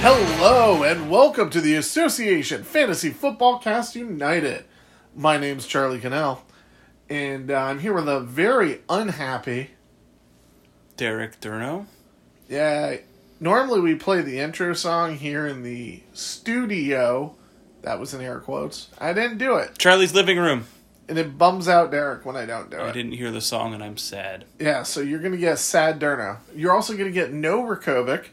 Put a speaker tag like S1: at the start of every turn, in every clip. S1: Hello and welcome to the Association Fantasy Football Cast United. My name's Charlie Cannell, and uh, I'm here with a very unhappy.
S2: Derek Durno.
S1: Yeah, normally we play the intro song here in the studio. That was in air quotes. I didn't do it,
S2: Charlie's living room.
S1: and it bums out Derek when I don't do
S2: I
S1: it.
S2: didn't hear the song and I'm sad.
S1: Yeah, so you're gonna get Sad Durno. You're also gonna get No Rakovic.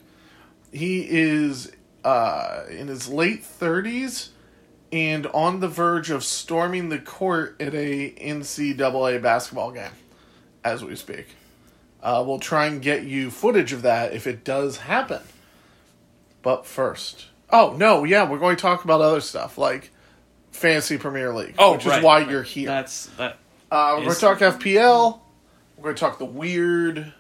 S1: He is uh, in his late thirties and on the verge of storming the court at a NCAA basketball game, as we speak. Uh, we'll try and get you footage of that if it does happen. But first, oh no, yeah, we're going to talk about other stuff like Fantasy Premier League,
S2: Oh,
S1: which
S2: right,
S1: is why
S2: right.
S1: you're here.
S2: That's that.
S1: Uh, we're
S2: Is-
S1: going to talk FPL. We're going to talk the weird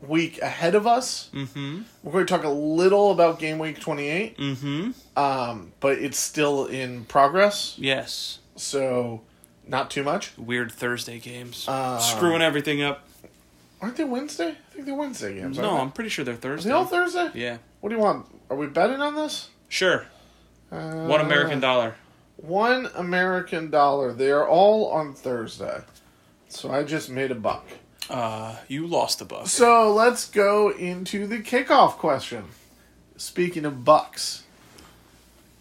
S1: week ahead of us. Mm-hmm. We're going to talk a little about game week 28,
S2: Mm-hmm.
S1: um, but it's still in progress,
S2: Yes.
S1: so not too much.
S2: Weird Thursday games.
S1: Um,
S2: Screwing everything up.
S1: Aren't they Wednesday? I think they're Wednesday games.
S2: no,
S1: aren't
S2: I'm pretty sure they're
S1: they? Are
S2: Thursday.
S1: they all Thursday?
S2: yeah.
S1: What do you want? Are we betting on this?
S2: Sure.
S1: Uh,
S2: One American dollar.
S1: One American dollar. They are all on Thursday. So I just made a buck.
S2: Uh, you lost the buck.
S1: So let's go into the kickoff question. Speaking of bucks,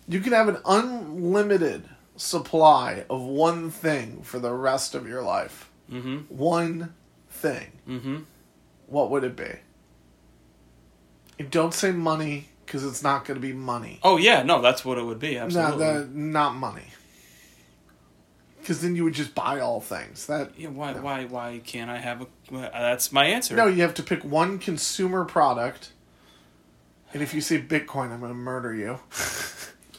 S1: you can have an unlimited supply of one thing for the rest of your life.
S2: Mm-hmm.
S1: One thing.
S2: Mm-hmm.
S1: What would it be? And don't say money because it's not going to be money.
S2: Oh yeah, no, that's what it would be.
S1: No,
S2: Absolutely.
S1: the, not money. Because then you would just buy all things. That
S2: yeah. Why? Why? Why can't I have a? well, That's my answer.
S1: No, you have to pick one consumer product. And if you say Bitcoin, I'm going to murder you.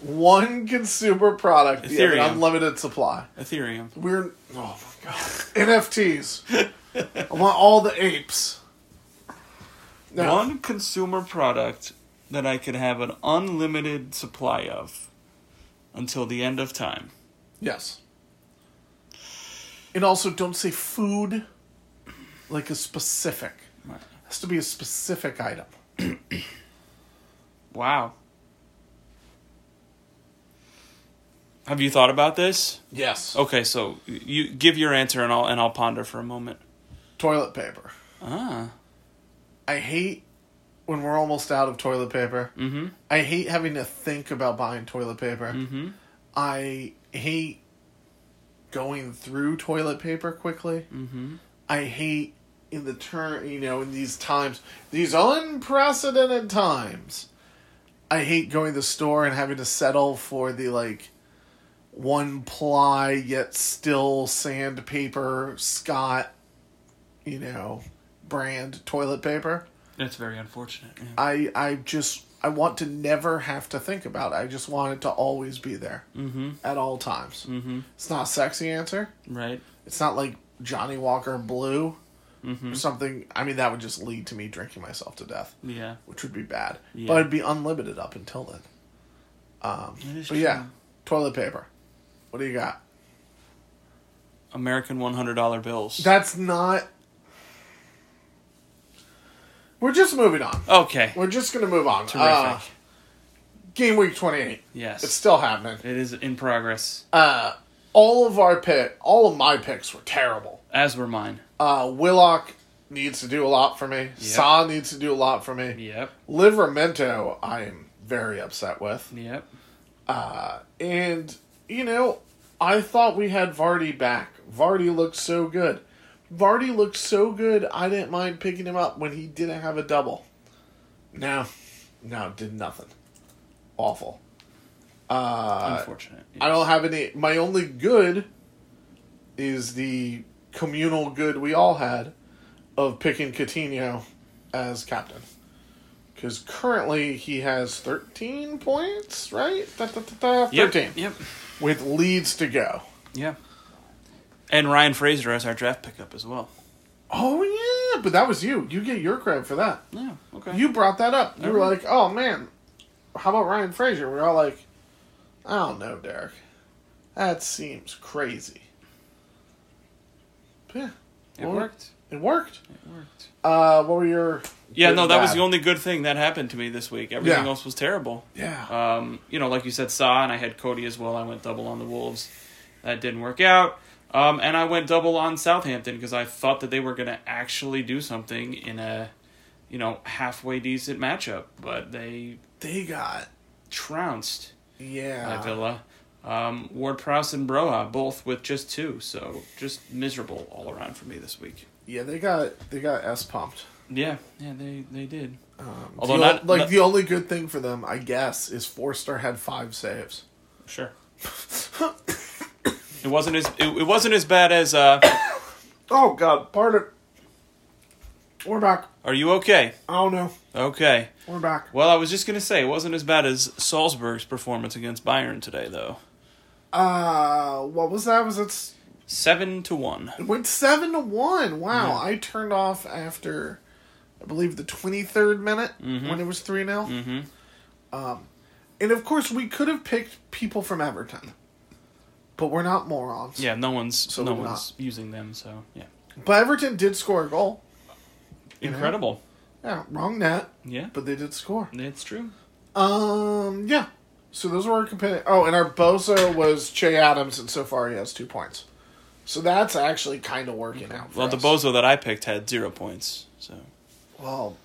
S1: one consumer product, you have an
S2: Ethereum.
S1: unlimited supply.
S2: Ethereum.
S1: We're oh my god, NFTs. I want all the apes. No,
S2: One consumer product that I could have an unlimited supply of until the end of time.
S1: Yes. And also, don't say food. Like a specific. has to be a specific item.
S2: Wow. Have you thought about this?
S1: Yes.
S2: Okay, so you give your answer and I'll and I'll ponder for a moment.
S1: Toilet paper.
S2: Ah.
S1: I hate when we're almost out of toilet paper. Mm-hmm. I hate having to think about buying toilet paper. Mm-hmm. I hate going through toilet paper quickly. Mm-hmm. I hate in the turn, you know, in these times, these unprecedented times. I hate going to the store and having to settle for the like one ply yet still sandpaper Scott, you know, brand toilet paper.
S2: That's very unfortunate. yeah.
S1: I I just I want to never have to think about it. I just want it to always be there
S2: Mm-hmm.
S1: at all times. Mm-hmm. It's not a sexy answer.
S2: Right?
S1: It's not like Johnny Walker Blue
S2: Mm-hmm.
S1: or something. I mean, that would just lead to me drinking myself to death,
S2: Yeah.
S1: which would be bad.
S2: Yeah.
S1: But it'd be unlimited up until then. Um,
S2: That is
S1: But yeah,
S2: true.
S1: toilet paper. What do you got?
S2: American one hundred dollar bills.
S1: That's not. We're just moving on.
S2: okay. Ah.
S1: We're just gonna move on.
S2: Terrific.
S1: Uh, game week twenty eight.
S2: yes.
S1: It's still happening.
S2: it is in progress.
S1: uh, all of our pick, all of my picks were terrible.
S2: as were mine.
S1: Uh, Willock needs to do a lot for me. Saw needs to do a lot for me.
S2: Yep.
S1: Livermento, I am very upset with.
S2: Yep.
S1: And you know, I thought we had Vardy back. Vardy looked so good. Vardy looked so good. I didn't mind picking him up when he didn't have a double. No, no, did nothing. awful.
S2: Unfortunate.
S1: uh, I don't have any. My only good is the communal good we all had of picking Coutinho as captain. Because currently he has 13 points, right? Da, da, da, da, 13.
S2: Yep, Yep.
S1: With leads to go.
S2: Yeah. And Ryan Fraser as our draft pickup as well.
S1: Oh, yeah. But that was you. You get your credit for that.
S2: Yeah. Okay.
S1: You brought that up. You were
S2: Okay.
S1: like, oh, man, how about Ryan Frazier? We're all like, I don't know, Derek. That seems crazy. But yeah.
S2: it worked.
S1: It worked.
S2: It worked.
S1: Uh, what were your.
S2: Yeah,
S1: good
S2: no,
S1: and
S2: that was
S1: bad?
S2: the only good thing that happened to me this week. Everything
S1: Yeah.
S2: else was terrible.
S1: Yeah.
S2: Um, you know, like you said, Saw, and I had Cody as well. I went double on the Wolves. That didn't work out. Um, and I went double on Southampton because I thought that they were going to actually do something in a, you know, halfway decent matchup, but they
S1: they got.
S2: trounced by
S1: Yeah.
S2: Villa. Um, Ward Prowse and Broha both with just two, so just miserable all around for me this week.
S1: Yeah, they got they got S pumped.
S2: Yeah, yeah, they they did.
S1: Um,
S2: Although
S1: the o-
S2: not-
S1: like
S2: not-
S1: the only good thing for them, I guess, is Forster had five saves.
S2: Sure. it wasn't as it, it wasn't as bad as uh
S1: Oh God, pardon. We're back.
S2: are you okay?
S1: I don't know.
S2: Okay.
S1: We're back.
S2: Well, I was just going to say it wasn't as bad as Salzburg's performance against Bayern today though.
S1: Uh, what was that? Was it? s-
S2: 7 to 1.
S1: It went seven to one. Wow. I turned off after, I believe, the twenty third minute
S2: Mm-hmm.
S1: when it was three 0 Um, and of course we could have picked people from Everton, but we're not morons.
S2: Yeah, no one's
S1: So
S2: no
S1: we're
S2: one's using them, so yeah.
S1: But Everton did score a goal.
S2: Incredible.
S1: Yeah, wrong net,
S2: Yeah.
S1: but they did score.
S2: It's true.
S1: Um, yeah. So those were our competitive. Oh, and our Bozo was Che Adams, and so far he has two points. So that's actually kind of working out. For
S2: Mm-hmm. Well, the
S1: us.
S2: bozo that I picked had 0 points. So,
S1: Well,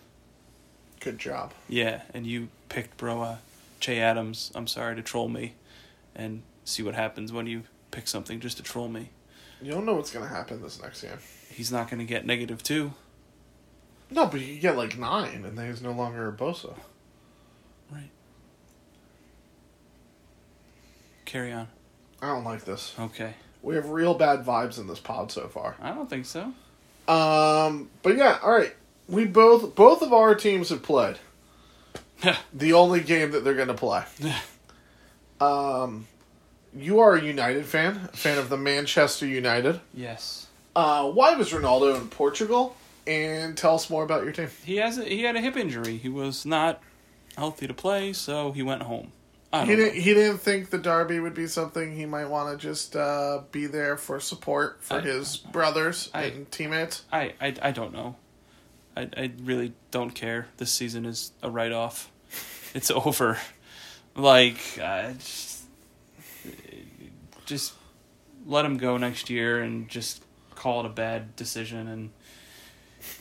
S1: good job.
S2: yeah, and you picked Broa Che Adams. I'm sorry to troll me and see what happens when you pick something just to troll me.
S1: You don't know what's gonna happen this next game.
S2: He's not going to get negative 2.
S1: No, but you get like nine, and then he's no longer a Bozo.
S2: Right. Carry on.
S1: I don't like this.
S2: Okay.
S1: We have real bad vibes in this pod so far.
S2: I don't think so.
S1: Um, but yeah, all right. We both both of our teams have played. the only game that they're going to play. um, you are a United fan, a fan of the Manchester United.
S2: Yes.
S1: Uh, why was Ronaldo in Portugal? And tell us more about your team.
S2: He has a, he had a hip injury. He was not healthy to play, so he went home. I
S1: He
S2: don't
S1: didn't.
S2: know.
S1: He didn't think the derby would be something he might want to just uh, be there for support for
S2: I-
S1: his brothers
S2: I-
S1: and teammates.
S2: I, I I don't know. I I really don't care. This season is a write off. It's over. Like I just, just let him go next year and just call it a bad decision and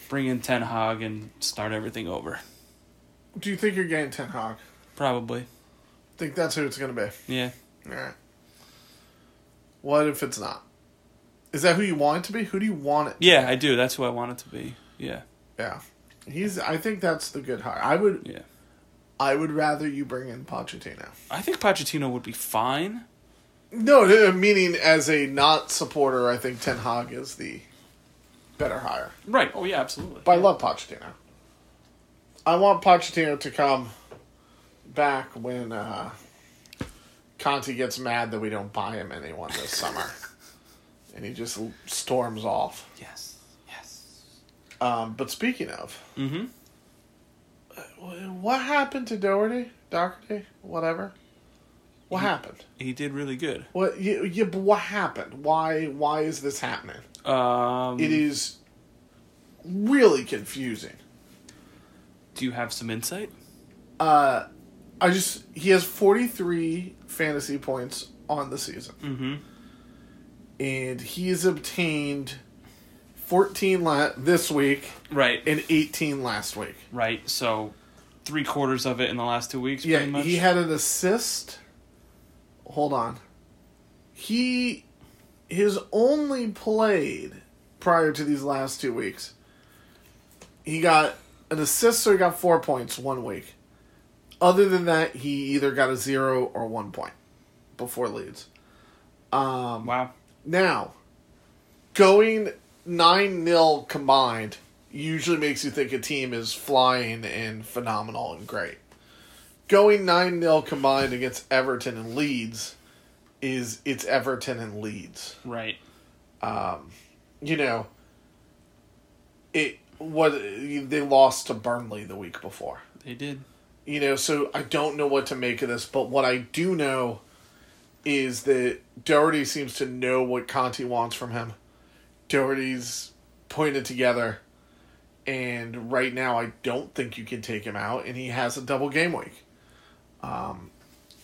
S2: bring in Ten Hag and start everything over.
S1: Do you think you're getting Ten Hag?
S2: Probably.
S1: Think that's who it's going to be.
S2: Yeah.
S1: Alright. What if it's not? Is that who you want it to be? Who do you want it?
S2: Yeah, I do. That's who I want it to be. Yeah.
S1: Yeah. He's I think that's the good hire. I would
S2: Yeah.
S1: I would rather you bring in Pochettino.
S2: I think Pochettino would be fine.
S1: No, no, meaning as a not supporter, I think Ten Hag is the better hire.
S2: Right. Oh yeah, absolutely.
S1: But I love Pochettino. I want Pochettino to come back when uh, Conte gets mad that we don't buy him anyone this summer. and he just storms off.
S2: Yes. Yes.
S1: Um, but speaking of,
S2: Mhm.
S1: wh- what happened to Doherty? Doherty, whatever. What happened?
S2: He did really good.
S1: What you, you but what happened? Why why is this happening?
S2: Um
S1: It is really confusing.
S2: Do you have some insight?
S1: I just he has 43 fantasy points on the season.
S2: Mhm.
S1: And he has obtained 14 la- this week
S2: Right.
S1: and 18 last week.
S2: Right. So, three quarters of it in the last two weeks.
S1: Yeah,
S2: pretty much.
S1: he had an assist. Hold on. He his only played prior to these last two weeks. He got an assist, so he got four points one week. Other than that, he either got a zero or one point before Leeds.
S2: Um, Wow.
S1: Now, going 9 0 combined usually makes you think a team is flying and phenomenal and great. Going 9 0 combined against Everton and Leeds is it's Everton and Leeds.
S2: Right.
S1: You know, it what they lost to Burnley the week before.
S2: They did.
S1: You know, so I don't know what to make of this, but what I do know is that Doherty seems to know what Conti wants from him. Doherty's putting it together, and right now I don't think you can take him out, and he has a double game week. Um,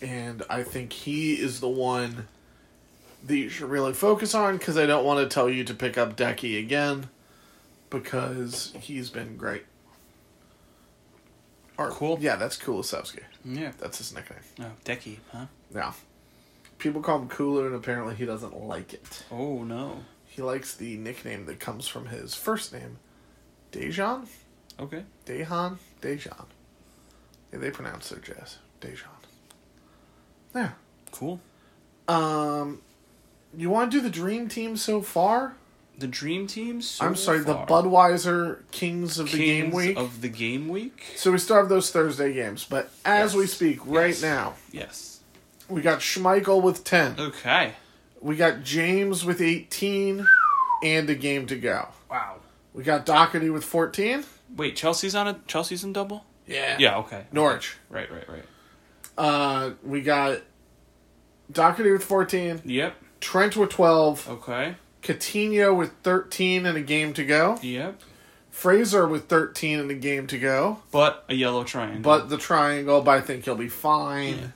S1: and I think he is the one that you should really focus on because I don't want to tell you to pick up Decky again because he's been great. Or,
S2: Cool.
S1: Yeah, that's Kulisevsky.
S2: Yeah.
S1: That's his nickname.
S2: Oh, Decky, huh?
S1: Yeah. People call him Cooler, and apparently he doesn't like it.
S2: Oh no.
S1: He likes the nickname that comes from his first name, Dejan?
S2: Okay.
S1: Dejan? Dejan. Yeah, they pronounce their jazz. Dejan. Yeah.
S2: Cool.
S1: Um, you want to do the dream team so far?
S2: The dream team. So
S1: I'm sorry,
S2: far.
S1: the Budweiser Kings of the Game
S2: Kings
S1: Week.
S2: of the game week.
S1: so we still have those Thursday games, but as we
S2: Yes.
S1: speak right
S2: Yes.
S1: now,
S2: Yes.
S1: we got Schmeichel with 10.
S2: Uh, Okay.
S1: We got James with 18 and a game to go.
S2: Wow.
S1: We got Doherty with 14.
S2: Wait, Chelsea's on a Chelsea's in double.
S1: Yeah.
S2: Yeah. Okay.
S1: Norwich.
S2: Right. Right. Right.
S1: Uh, we got Doherty with 14,
S2: Yep.
S1: Trent with 12,
S2: Okay.
S1: Coutinho with 13 and a game to go,
S2: Yep.
S1: Fraser with 13 and a game to go,
S2: But a yellow triangle.
S1: but the triangle, but I think he'll be fine.
S2: Yeah.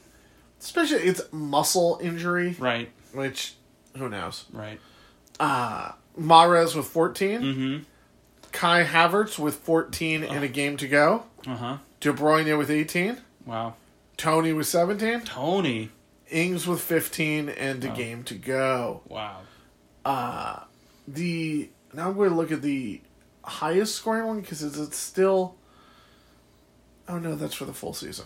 S1: Especially it's muscle injury,
S2: right.
S1: which who knows.
S2: Right.
S1: Mares with 14,
S2: Mhm.
S1: Kai Havertz with 14 and a game to go,
S2: Uh huh.
S1: De Bruyne with 18,
S2: Wow.
S1: Tony with 17,
S2: Tony.
S1: Ings with 15 and
S2: Oh.
S1: a game to go.
S2: Wow.
S1: The now I'm going to look at the highest scoring one because is it still? Oh no, that's for the full season.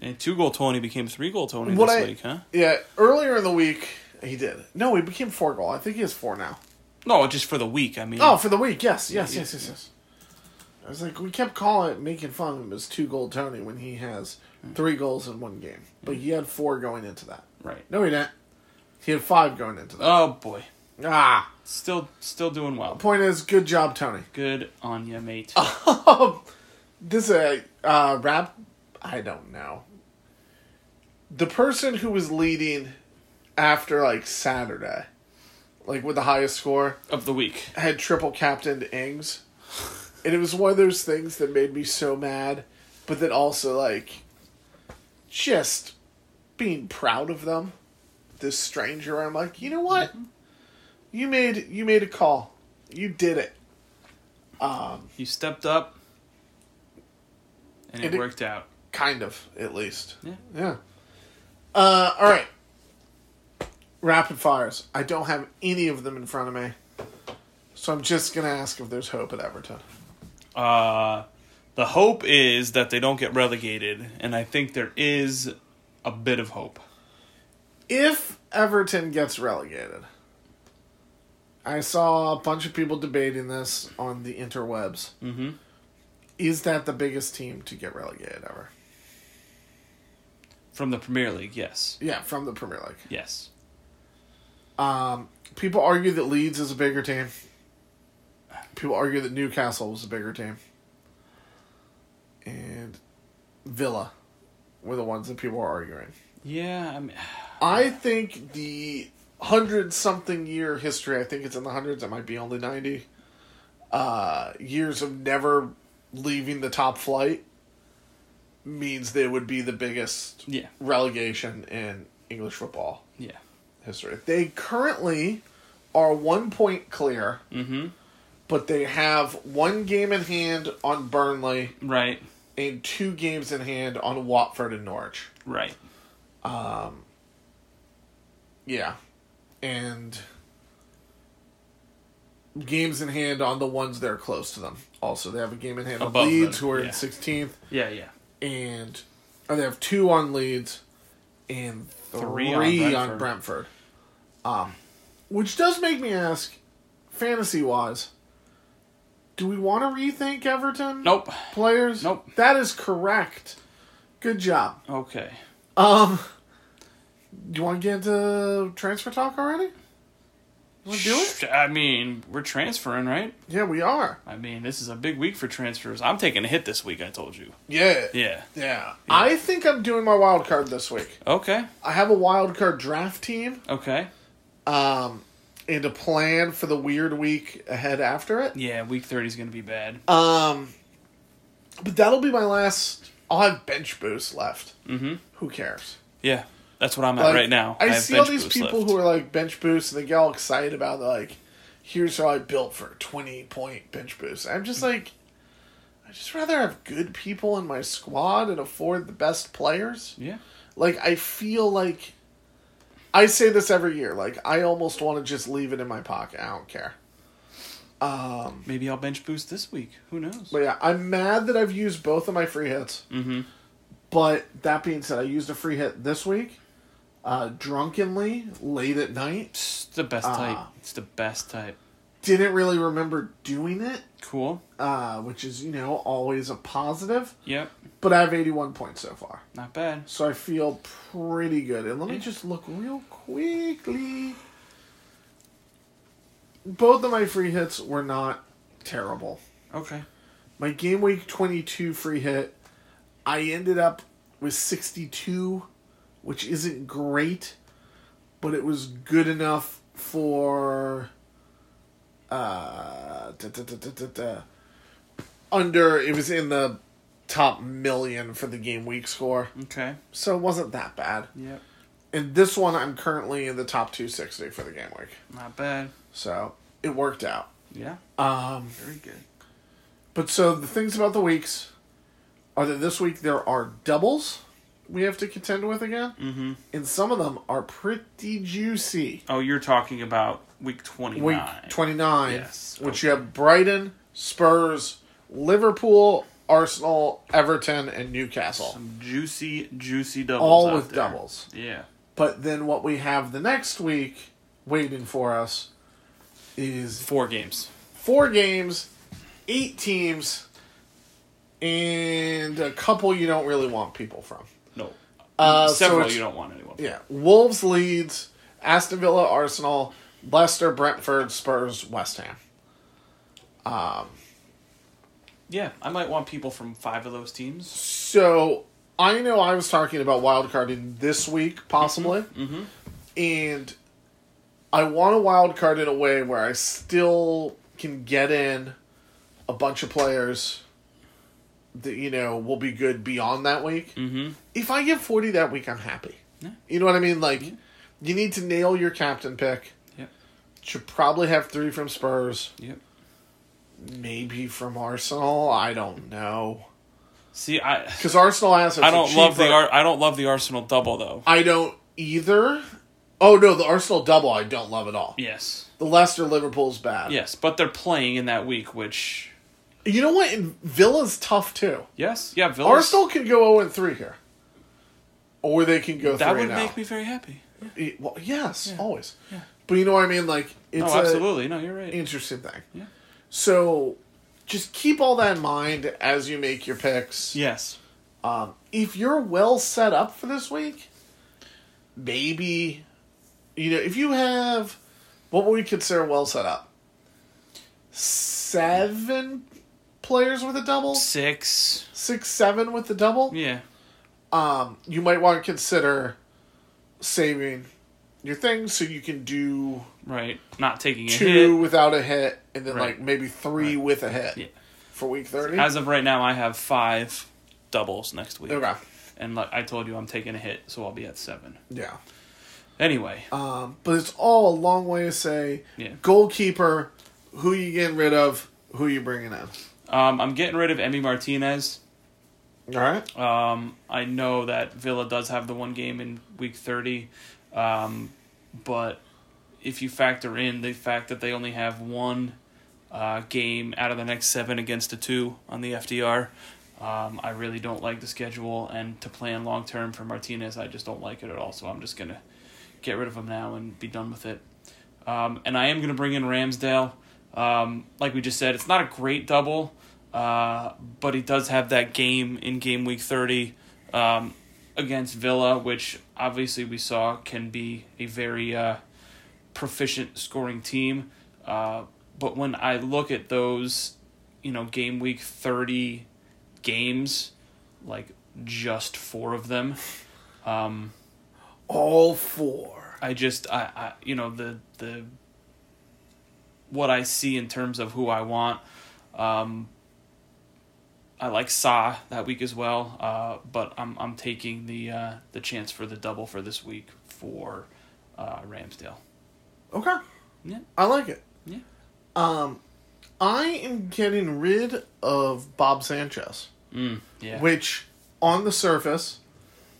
S2: And two goal Tony became three goal Tony
S1: What
S2: this
S1: I-
S2: week, huh?
S1: Yeah, earlier in the week he did. No, he became four goal. I think he has four now.
S2: No, just for the week. I mean.
S1: Oh, for the week. Yes, yes,
S2: Hmm. Yeah,
S1: yes, yes, yes. I was like, we kept calling it, making fun of him as two goal Tony when he has
S2: Hmm.
S1: three goals in one game, but he had four going into that.
S2: Right.
S1: No, he didn't. He had five going into that.
S2: Oh boy.
S1: ah,
S2: Still, still doing well.
S1: point is, good job, Tony.
S2: Good on you, mate.
S1: Um, this uh, uh rap I don't know. The person who was leading after like Saturday, like with the highest score,
S2: Of the week.
S1: had triple captained Ings. And it was one of those things that made me so mad, but then also like just being proud of them. This stranger, I'm like, you know what? You made you made a call. You did it.
S2: You stepped up, and it,
S1: And it-
S2: worked out.
S1: Kind of, at least.
S2: Yeah.
S1: Yeah. Uh, all right. Rapid fires. I don't have any of them in front of me. So I'm just going to ask if there's hope at Everton.
S2: Uh, the hope is that they don't get relegated, and I think there is a bit of hope.
S1: If Everton gets relegated, I saw a bunch of people debating this on the interwebs.
S2: Mm-hmm.
S1: Is that the biggest team to get relegated ever?
S2: From the Premier League, yes,
S1: Yeah, from the Premier League.
S2: yes.
S1: Um, people argue that Leeds is a bigger team. People argue that Newcastle was a bigger team. And Villa were the ones that people are arguing.
S2: Yeah, I mean,
S1: I think the hundred something year history, I think it's in the hundreds, it might be only 90, uh, years of never leaving the top flight means they would be the biggest
S2: yeah,
S1: relegation in English football
S2: yeah.
S1: history. They currently are one point clear,
S2: Mm-hmm.
S1: but they have one game in hand on Burnley
S2: Right,
S1: and two games in hand on Watford and Norwich.
S2: right.
S1: Yeah. And games in hand on the ones that are close to them. Also, they have a game in hand
S2: Above
S1: on Leeds,
S2: them,
S1: who are in
S2: yeah.
S1: 16th,
S2: Yeah, yeah.
S1: and or they have two on Leeds and
S2: Three
S1: three,
S2: on
S1: on,
S2: Brentford.
S1: Brentford. Um, which does make me ask, fantasy wise, do we want to rethink Everton?
S2: Nope.
S1: Players?
S2: Nope.
S1: That is correct. Good job.
S2: Okay.
S1: Um, you want to get into transfer talk already? You want to do it?
S2: Sh- I mean, we're transferring, right?
S1: Yeah, we are.
S2: I mean, this is a big week for transfers. I'm taking a hit this week. I told you.
S1: Yeah.
S2: Yeah.
S1: Yeah. I think I'm doing my wild card this week.
S2: Okay.
S1: I have a wild card draft team
S2: Okay.
S1: um, and a plan for the weird week ahead after it.
S2: Yeah, week thirty is gonna be bad.
S1: Um, but that'll be my last. I'll have bench boost left. Mm-hmm. Who cares?
S2: Yeah, that's what I'm at
S1: Like,
S2: right now.
S1: I,
S2: have
S1: see all
S2: bench
S1: these
S2: boost
S1: people
S2: left.
S1: who are like bench boost and they get all excited about like, here's how I built for a twenty point bench boost. I'm
S2: Mm-hmm.
S1: just like, I just rather have good people in my squad and afford the best players.
S2: Yeah.
S1: Like I feel like, I say this every year. Like I almost want to just leave it in my pocket. I don't care.
S2: Maybe I'll bench boost this week. Who knows?
S1: But yeah, I'm mad that I've used both of my free hits. Mm-hmm. But that being said, I used a free hit this week, uh, drunkenly, late at night.
S2: It's the best
S1: uh,
S2: type. It's the best type.
S1: Didn't really remember doing it,
S2: Cool.
S1: uh, which is, you know, always a positive.
S2: Yep.
S1: But I have 81 points so far.
S2: Not bad.
S1: So I feel pretty good. And let me just look real quickly. Both of my free hits were not terrible.
S2: Okay.
S1: my game week 22 free hit i ended up with 62 which isn't great but it was good enough for uh da, da, da, da, da, da. under it was in the top million for the game week score
S2: Okay.
S1: so it wasn't that bad
S2: Yep.
S1: and this one i'm currently in the top 260 for the game week
S2: Not bad.
S1: so it worked out
S2: Yeah.
S1: um
S2: Very good.
S1: But so the things about the weeks are that this week there are doubles we have to contend with again, mm-hmm. and some of them are pretty juicy.
S2: Oh, you're talking about week twenty
S1: Week
S2: nine.
S1: twenty nine,
S2: Yes,
S1: which you have Brighton, Spurs, Liverpool, Arsenal, Everton, and Newcastle,
S2: Some juicy, juicy doubles.
S1: all
S2: out
S1: with
S2: there.
S1: doubles.
S2: Yeah.
S1: But then what we have the next week waiting for us is
S2: Four games.
S1: four games, eight teams, and a couple you don't really want people from.
S2: No.
S1: Uh, so
S2: Several
S1: it's-
S2: you don't want anyone.
S1: Yeah, Wolves leads Aston Villa, Arsenal, Leicester, Brentford, Spurs, West Ham.
S2: Yeah, I might want people from five of those teams.
S1: So I know I was talking about wildcarding this week, possibly,
S2: Mm-hmm.
S1: and I want to wildcard in a way where I still can get in a bunch of players that you know will be good beyond that week.
S2: Mm-hmm.
S1: if I get 40 that week, I'm happy. You know what I mean? Like, you need to nail your captain pick.
S2: Yep.
S1: Should probably have three from Spurs,
S2: Yep.
S1: maybe from Arsenal. I don't know.
S2: See, I
S1: Because Arsenal has.
S2: I don't love the
S1: cheaper-
S2: Ar- I don't love the Arsenal double though.
S1: I don't either. Oh, no, the Arsenal double, I don't love at all.
S2: Yes.
S1: The Leicester Liverpool's bad.
S2: Yes, but they're playing in that week, which
S1: You know what? And Villa's tough, too.
S2: yes, yeah, Villa.
S1: Arsenal can go 0 3 here. Or they can go 3
S2: That would
S1: now.
S2: make me very happy.
S1: It- well, yes, always. But you know what I mean? Like, it's
S2: No,
S1: a-
S2: Oh, absolutely. No, you're right.
S1: interesting thing.
S2: Yeah.
S1: So just keep all that in mind as you make your picks.
S2: yes.
S1: Um, if you're well set up for this week, maybe, you know, if you have what would we consider well set up? Seven players with a double?
S2: Six.
S1: Six, seven with a double?
S2: Yeah.
S1: Um, you might want to consider saving your things so you can do
S2: Right. Not taking a
S1: two
S2: hit.
S1: without a hit, and then
S2: Right.
S1: like maybe three with a hit
S2: Yeah.
S1: for week thirty.
S2: As of right now, I have five doubles next week,
S1: okay,
S2: and like I told you, I'm taking a hit, so I'll be at seven.
S1: yeah,
S2: Anyway,
S1: um, but it's all a long way to say
S2: Yeah.
S1: goalkeeper, who you getting rid of, who you bringing in.
S2: um, I'm getting rid of Emmy Martinez.
S1: All right,
S2: Um, I know that Villa does have the one game in week 30, um, but if you factor in the fact that they only have one uh, game out of the next seven against a two on the FDR, Um, I really don't like the schedule, and to plan long term for Martinez, I just don't like it at all. So I'm just gonna get rid of him now and be done with it. Um, and I am gonna bring in Ramsdale. Um, like we just said, it's not a great double, uh, but he does have that game in game week thirty um, against Villa, which obviously we saw can be a very uh, proficient scoring team. Uh, but when I look at those, you know, game week 30 games, like just four of them, um,
S1: All four.
S2: I just, I, I, you know, the, the, what I see in terms of who I want, um, I like Sa that week as well, uh, but I'm I'm taking the uh, the chance for the double for this week for uh, Ramsdale.
S1: Okay.
S2: Yeah.
S1: I like it.
S2: Yeah.
S1: Um, I am getting rid of Bob Sanchez,
S2: Mm, yeah.
S1: which on the surface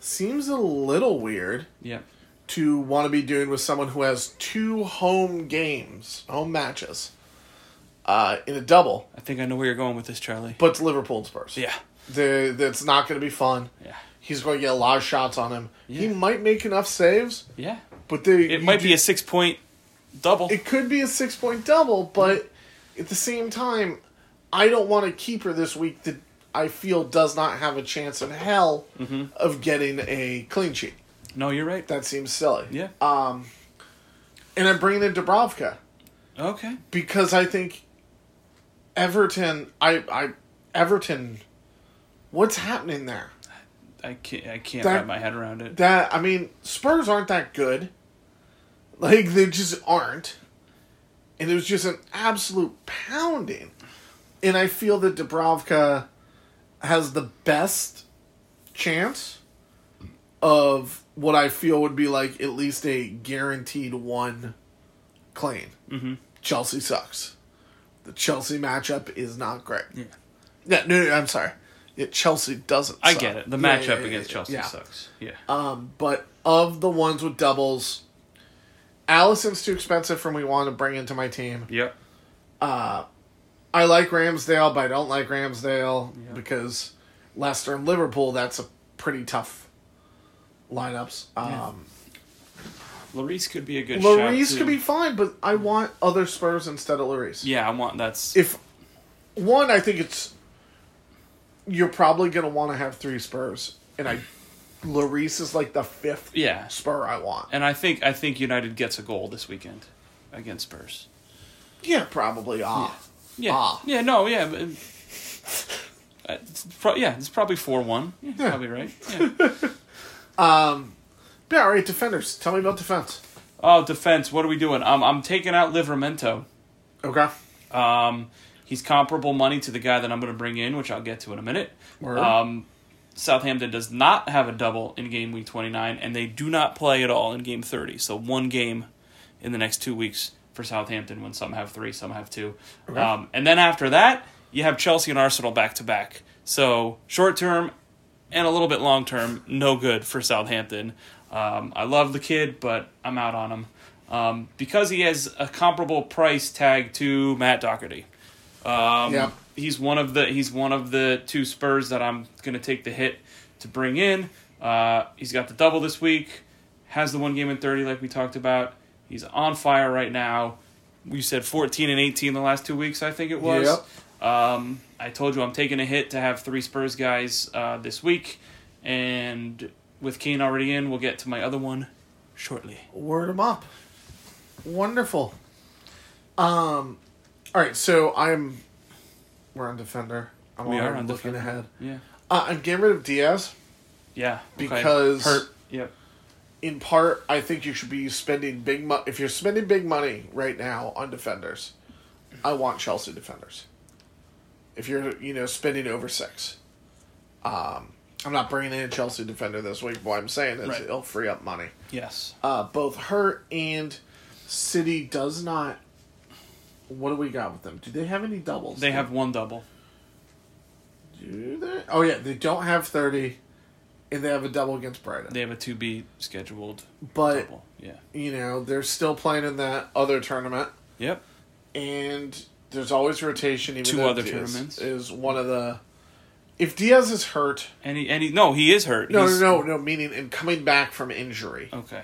S1: seems a little weird
S2: Yeah.
S1: to want to be doing with someone who has two home games, home matches, uh, in a double,
S2: I think I know where you're going with this, Charlie.
S1: but it's Liverpool and Spurs.
S2: Yeah.
S1: The, that's not going to be fun.
S2: Yeah.
S1: He's going to get a lot of shots on him. He
S2: Yeah.
S1: might make enough saves,
S2: Yeah.
S1: but they,
S2: It might be a six point double.
S1: it could be a six point double, but at the same time, I don't want a keeper this week that I feel does not have a chance in hell
S2: Mm-hmm.
S1: of getting a clean sheet.
S2: no, you're right.
S1: That seems silly.
S2: Yeah.
S1: Um, and I'm bringing in Dubrovka
S2: Okay.
S1: because I think Everton. I I Everton. What's happening there?
S2: I can't. I can't
S1: That-
S2: wrap my head around it.
S1: That I mean, Spurs aren't that good. Like they just aren't. And it was just an absolute pounding. And I feel that Dubrovka has the best chance of what I feel would be like at least a guaranteed one claim. Mm-hmm. Chelsea sucks. The Chelsea matchup is not great. Yeah. No, no, no, I'm sorry. Yeah, Chelsea doesn't.
S2: I
S1: suck.
S2: get it. The
S1: Yeah,
S2: matchup
S1: yeah, yeah,
S2: against
S1: yeah,
S2: Chelsea
S1: yeah.
S2: sucks. Yeah.
S1: Um, but of the ones with doubles, Allison's too expensive for me want to bring into my team.
S2: yep.
S1: I like Ramsdale, but I don't like Ramsdale because Leicester and Liverpool. That's a pretty tough lineups. Um,
S2: Lloris could be a good.
S1: Lloris
S2: shot,
S1: could
S2: too.
S1: be fine, but I want other Spurs instead of Lloris.
S2: Yeah, I want that's.
S1: If one, I think it's you're probably gonna want to have three Spurs, and I Lloris is like the fifth
S2: yeah,
S1: Spur I want.
S2: and I think I think United gets a goal this weekend against Spurs.
S1: Yeah, probably off.
S2: Yeah.
S1: Ah.
S2: Yeah. No. Yeah. But, uh, it's pro- yeah. It's probably four one. Yeah, Probably right. Yeah.
S1: Yeah, all right, defenders. Tell me about defense.
S2: oh, defense. What are we doing? Um, I'm taking out Livermento.
S1: Okay.
S2: Um, he's comparable money to the guy that I'm going to bring in, which I'll get to in a minute.
S1: Word.
S2: Um, Southampton does not have a double in game week 29, and they do not play at all in game 30. So one game in the next two weeks for Southampton when some have three, some have two. Um, and then after that, you have Chelsea and Arsenal back to back. So short term and a little bit long term, no good for Southampton. Um, I love the kid, but I'm out on him um, because he has a comparable price tag to Matt Doherty. Um,
S1: Yeah.
S2: He's one of the he's one of the two Spurs that I'm gonna take the hit to bring in. Uh, he's got the double this week, has the one game in thirty like we talked about. He's on fire right now. You said fourteen and eighteen the last two weeks, I think it was.
S1: Yep.
S2: Um, I told you I'm taking a hit to have three Spurs guys uh, this week, and with Kane already in, we'll get to my other one shortly.
S1: Word them up. Wonderful. Um, all right. So I'm. We're on defender. I'm
S2: We are
S1: already
S2: on
S1: looking
S2: defender.
S1: ahead.
S2: Yeah,
S1: Uh, I'm getting rid of Diaz
S2: yeah. okay.
S1: Because-
S2: hurt. Yep.
S1: in part, I think you should be spending big money. If you're spending big money right now on defenders, I want Chelsea defenders. If you're, you know, spending over six, um, I'm not bringing in a Chelsea defender this week. What I'm saying is
S2: Right.
S1: it'll free up money.
S2: Yes.
S1: Uh, both her and City does not. What do we got with them? Do they have any doubles?
S2: They have one double.
S1: Do they? Oh yeah, they don't have thirty, and they have a double against Brighton.
S2: They have a two B scheduled
S1: but
S2: double. Yeah.
S1: you know they're still playing in that other tournament,
S2: Yep.
S1: and there's always rotation. Even
S2: Two
S1: though
S2: other
S1: it is-
S2: tournaments.
S1: is one of the If Diaz is hurt,
S2: And he, and he, no, he is hurt.
S1: no,
S2: He's-
S1: no, no, no, meaning and coming back from injury,
S2: Okay.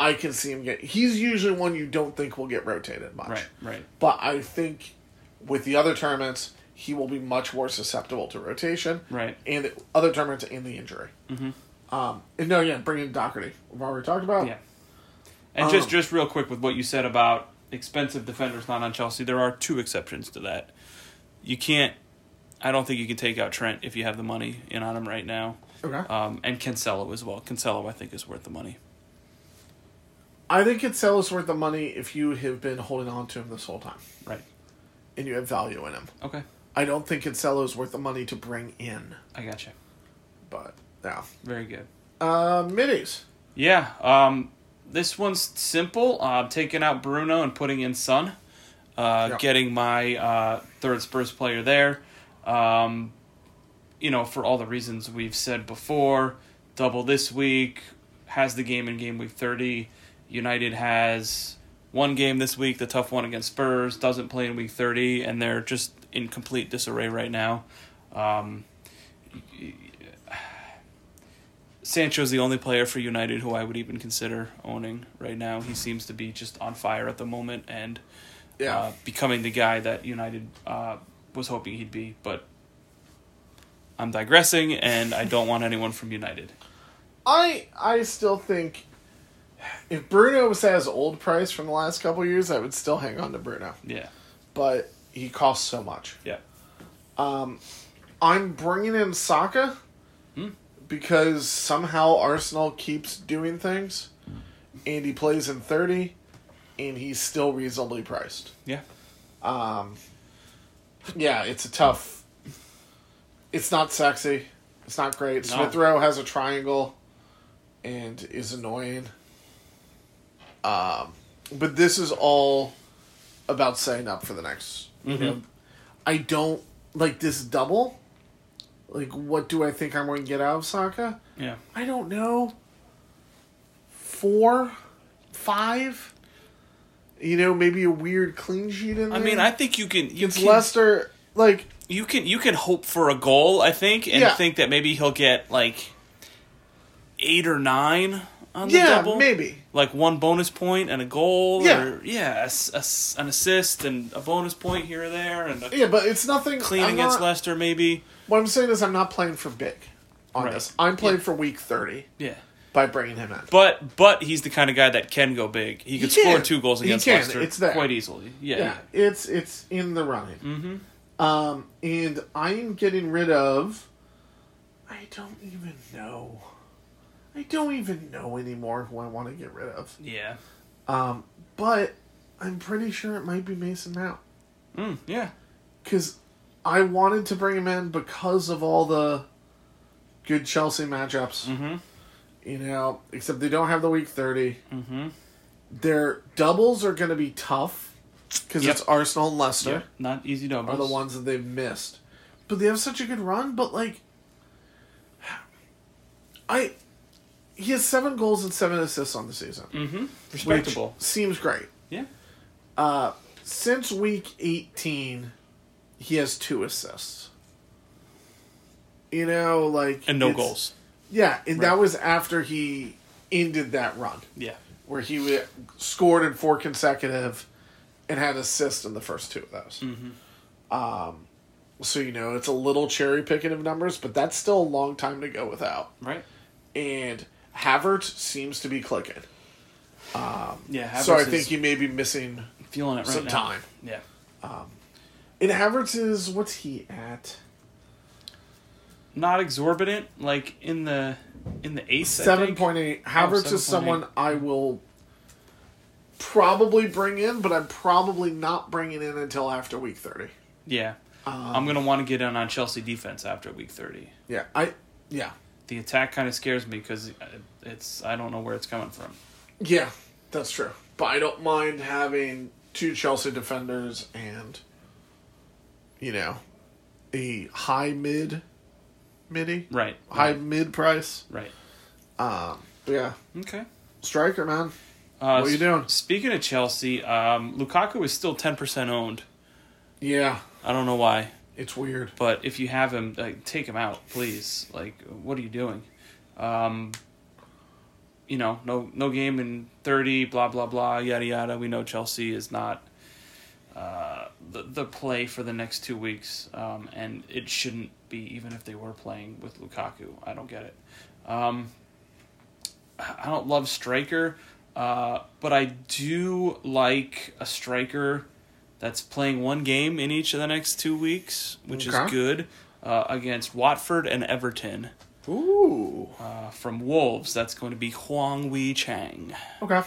S1: I can see him get. He's usually one you don't think will get rotated much.
S2: Right, right.
S1: But I think with the other tournaments, he will be much more susceptible to rotation.
S2: Right.
S1: And the other tournaments and the injury. Mm-hmm. Um, and no, yeah, bring in Doherty. We've already talked about.
S2: Yeah. And just
S1: Um,
S2: just real quick with what you said about expensive defenders not on Chelsea, there are two exceptions to that. You can't. I don't think you can take out Trent if you have the money in on him right now.
S1: Okay.
S2: Um, and Cancelo as well. Cancelo, I think, is worth the money.
S1: I think it's Cancelo worth the money if you have been holding on to him this whole time
S2: Right.
S1: and you have value in him.
S2: Okay.
S1: I don't think Cancelo's worth the money to bring in,
S2: I gotcha.
S1: but yeah.
S2: Very good.
S1: Uh, middies.
S2: Yeah. Um, this one's simple. Uh, taking out Bruno and putting in Son. Uh,
S1: Yep.
S2: Getting my uh, third Spurs player there. Um, you know, for all the reasons we've said before. Double this week. Has the game in game week 30. United has one game this week, the tough one against Spurs. Doesn't play in week 30, and they're just in complete disarray right now. Um, Sancho's the only player for United who I would even consider owning right now. He seems to be just on fire at the moment and
S1: Yeah.
S2: uh, becoming the guy that United uh, was hoping he'd be. But I'm digressing, and I don't want anyone from United.
S1: I I still think if Bruno was at his old price from the last couple years, I would still hang on to Bruno.
S2: Yeah,
S1: But he costs so much.
S2: yeah,
S1: I'm bringing in Saka because somehow Arsenal keeps doing things, and he plays in thirty, and he's still reasonably priced.
S2: yeah,
S1: Yeah, it's a tough. It's not sexy. It's not great.
S2: No.
S1: Smith Rowe has a triangle, and is annoying. Um, but this is all about setting up for the next. You
S2: Mm-hmm.
S1: know, I don't like this double. Like, what do I think I'm going to get out of Saka?
S2: yeah.
S1: I don't know. Four, five. You know, maybe a weird clean sheet in there.
S2: I mean, I think you can you
S1: it's
S2: can,
S1: Leicester. Like,
S2: you can you can hope for a goal, I think, and
S1: Yeah.
S2: think that maybe he'll get like eight or nine on the
S1: yeah,
S2: double.
S1: maybe.
S2: like one bonus point and a goal
S1: Yeah.
S2: or yeah a s- a s- an assist and a bonus point here or there and a
S1: Yeah, but it's nothing.
S2: clean
S1: I'm
S2: against
S1: not-
S2: Leicester maybe
S1: What I'm saying is, I'm not playing for big on
S2: Right.
S1: this. I'm playing for week 30
S2: yeah
S1: by bringing him in.
S2: but but he's the kind of guy that can go big he could
S1: He
S2: score
S1: can.
S2: two goals
S1: He
S2: against
S1: can.
S2: Leicester
S1: It's there.
S2: quite easily yeah,
S1: yeah, it's it's in the running. Mm-hmm. Um, and I'm getting rid of. I don't even know. I don't even know anymore who I want to get rid of.
S2: yeah
S1: Um, but I'm pretty sure it might be Mason Mount
S2: Mm, yeah
S1: because I wanted to bring him in because of all the good Chelsea matchups.
S2: Mhm.
S1: You know, except they don't have the week 30
S2: mm-hmm
S1: Their doubles are going to be tough because
S2: Yep.
S1: it's Arsenal and Leicester
S2: yeah not easy doubles
S1: are the ones that they've missed. But they have such a good run. But like, I he has seven goals and seven assists on the season,
S2: mm-hmm
S1: which
S2: respectable
S1: seems great.
S2: yeah
S1: Since week eighteen, he has two assists. You know, like
S2: and no
S1: it's-
S2: goals
S1: Yeah, and that
S2: Right.
S1: was after he ended that run
S2: yeah
S1: where he w- scored in four consecutive and had assists in the first two of those. Um,
S2: Mm-hmm.
S1: so you know it's a little cherry picking of numbers, but that's still a long time to go without.
S2: right
S1: And Havertz seems to be clicking,
S2: yeah
S1: so I
S2: Havertz
S1: think
S2: is
S1: he may be missing.
S2: feeling it right
S1: some
S2: now
S1: time.
S2: yeah
S1: And Havertz is what's he at?
S2: not exorbitant like in the in the ace I
S1: Seven
S2: think.
S1: point eight. Havertz is
S2: 7.8.
S1: someone I will probably bring in, but I'm probably not bringing in until after week thirty.
S2: Yeah. I'm going to want to get in on Chelsea defense after week 30.
S1: Yeah, I yeah.
S2: The attack kind of scares me because it's I don't know where it's coming from.
S1: Yeah, that's true. But I don't mind having two Chelsea defenders and, you know, a high mid, midi,
S2: Right.
S1: high mid price. Um,
S2: Right.
S1: Yeah,
S2: Okay.
S1: striker man.
S2: Uh,
S1: What you
S2: s-
S1: doing?
S2: Speaking of Chelsea, um, Lukaku is still 10% owned.
S1: Yeah,
S2: I don't know why.
S1: It's weird.
S2: But if you have him, like, take him out, please. Like, what are you doing? Um, you know, no no game in thirty, blah blah blah, yada yada. We know Chelsea is not uh, the the play for the next two weeks, um, and it shouldn't be even if they were playing with Lukaku. I don't get it. Um, I don't love striker, uh, but I do like a striker that's playing one game in each of the next two weeks, which
S1: Okay.
S2: is good uh, against Watford and Everton.
S1: Ooh.
S2: Uh, from Wolves, that's going to be Huang Wei Chang.
S1: Okay.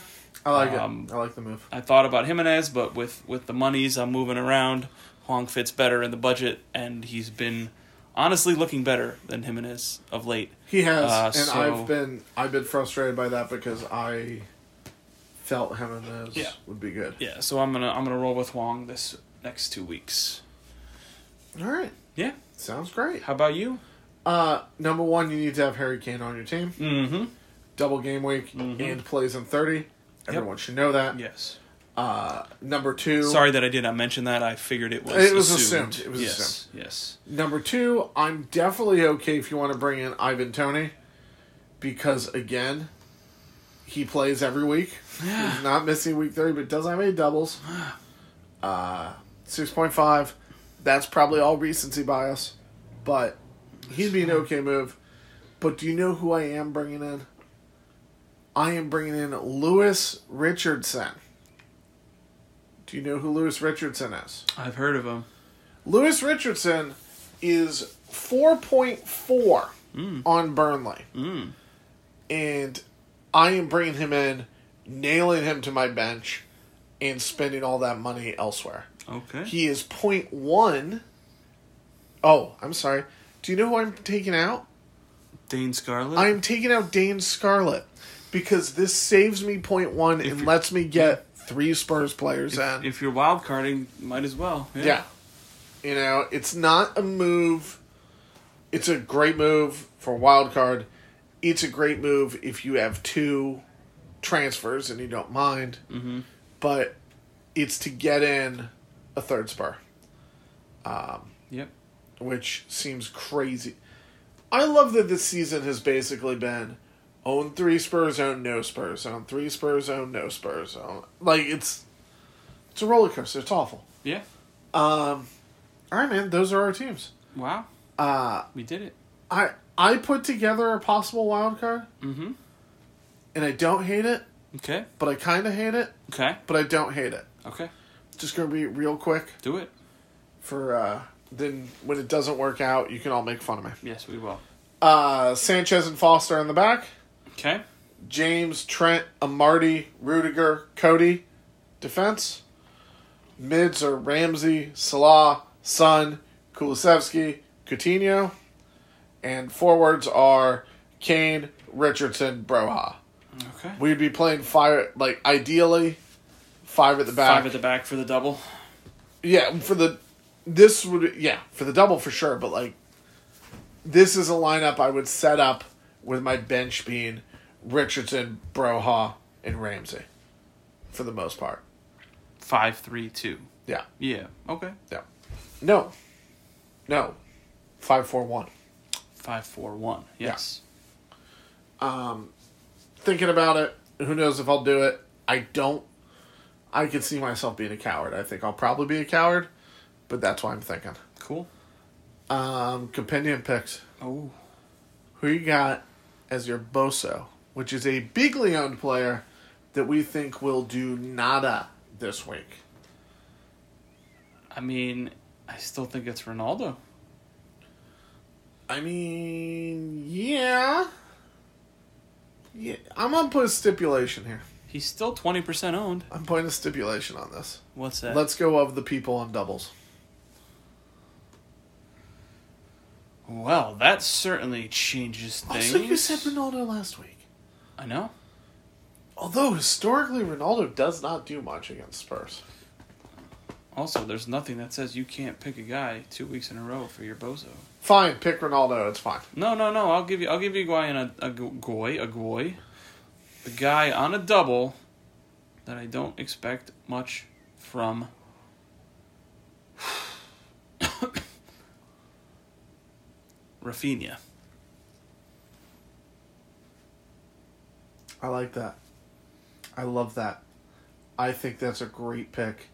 S1: I like
S2: Um,
S1: it. I like the move.
S2: I thought about Jimenez, but with, with the monies I'm moving around, Huang fits better in the budget, and he's been honestly looking better than Jimenez of late.
S1: He has,
S2: uh,
S1: and
S2: so-
S1: I've been I've been frustrated by that because I felt Jimenez
S2: Yeah.
S1: would be good.
S2: Yeah, so I'm gonna I'm gonna roll with Huang this next two weeks.
S1: All right,
S2: Yeah.
S1: sounds great.
S2: How about you?
S1: Uh, number one, you need to have Harry Kane on your team.
S2: Mm-hmm.
S1: Double game week and plays in thirty. Everyone should know that.
S2: Yes.
S1: Uh, number two.
S2: Sorry that I did not mention that. I figured it was.
S1: It was
S2: assumed.
S1: assumed. It was
S2: yes.
S1: assumed.
S2: Yes.
S1: Number two, I'm definitely okay if you want to bring in Ivan Tony, because again, he plays every week. He's not missing week thirty, but doesn't have any doubles. Uh, six point five. That's probably all recency bias, but he'd be an okay move. But do you know who I am bringing in? I am bringing in Lewis Richardson. Do you know who Lewis Richardson is?
S2: I've heard of him.
S1: Lewis Richardson is 4.4 on Burnley. And I am bringing him in, nailing him to my bench, and spending all that money elsewhere.
S2: Okay.
S1: He is 0.1. Oh, I'm sorry. Do you know who I'm taking out?
S2: Dane Scarlett.
S1: I'm taking out Dane Scarlett because this saves me 0.1 and
S2: you're-
S1: lets me get three Spurs players in.
S2: if you're wild carding, might as well. Yeah.
S1: Yeah. You know, it's not a move. It's a great move for a wild card. It's a great move if you have two transfers and you don't mind. Mm-hmm. But it's to get in a third spur,
S2: Yep.
S1: which seems crazy. I love that this season has basically been own three Spurs, own no Spurs, own three Spurs, own no Spurs. Own... Like it's it's a roller coaster. It's awful.
S2: Yeah.
S1: All right, man. Those are our teams.
S2: Wow. Uh, we did it.
S1: I I put together a possible wild card,
S2: Mm-hmm.
S1: and I don't hate it,
S2: Okay.
S1: but I kind of hate it,
S2: Okay.
S1: but I don't hate it.
S2: Okay.
S1: Just gonna be real quick
S2: Do it.
S1: for uh, then when it doesn't work out, you can all make fun of me.
S2: Yes, we will.
S1: Uh, Sanchez and Foster in the back.
S2: Okay.
S1: James, Trent, Amarty, Rudiger, Cody, defense. Mids are Ramsey, Salah, Sun, Kulisevsky, Coutinho, and forwards are Kane, Richardson, Broha.
S2: Okay.
S1: We'd be playing five, like ideally, five at the back.
S2: Five at the back for the double.
S1: yeah, for the this would yeah for the double for sure. But like, this is a lineup I would set up with my bench being Richardson, Broha, and Ramsey, for the most part.
S2: Five, three, two.
S1: Yeah,
S2: Yeah. Okay.
S1: yeah, no, no, five four one.
S2: Five, four, one. Yes.
S1: Thinking about it, who knows if I'll do it? I don't. I could see myself being a coward. I think I'll probably be a coward, but that's why I'm thinking.
S2: Cool.
S1: Um, compendium picks.
S2: Oh.
S1: Who you got as your Boso, which is a bigly owned player that we think will do nada this week.
S2: I mean, I still think it's Ronaldo.
S1: I mean, yeah. Yeah, I'm gonna put a stipulation here.
S2: He's still twenty percent owned.
S1: I'm putting a stipulation on this.
S2: What's that?
S1: Let's go of the people on doubles.
S2: Well, that certainly changes things.
S1: Also, you said Ronaldo last week.
S2: I know.
S1: Although historically, Ronaldo does not do much against Spurs.
S2: Also, there's nothing that says you can't pick a guy two weeks in a row for your bozo.
S1: Fine, pick Ronaldo. It's fine.
S2: No, no, no. I'll give you. I'll give you Guy and a, a goy, a goy, a guy on a double that I don't expect much from. Rafinha.
S1: I like that. I love that. I think that's a great pick.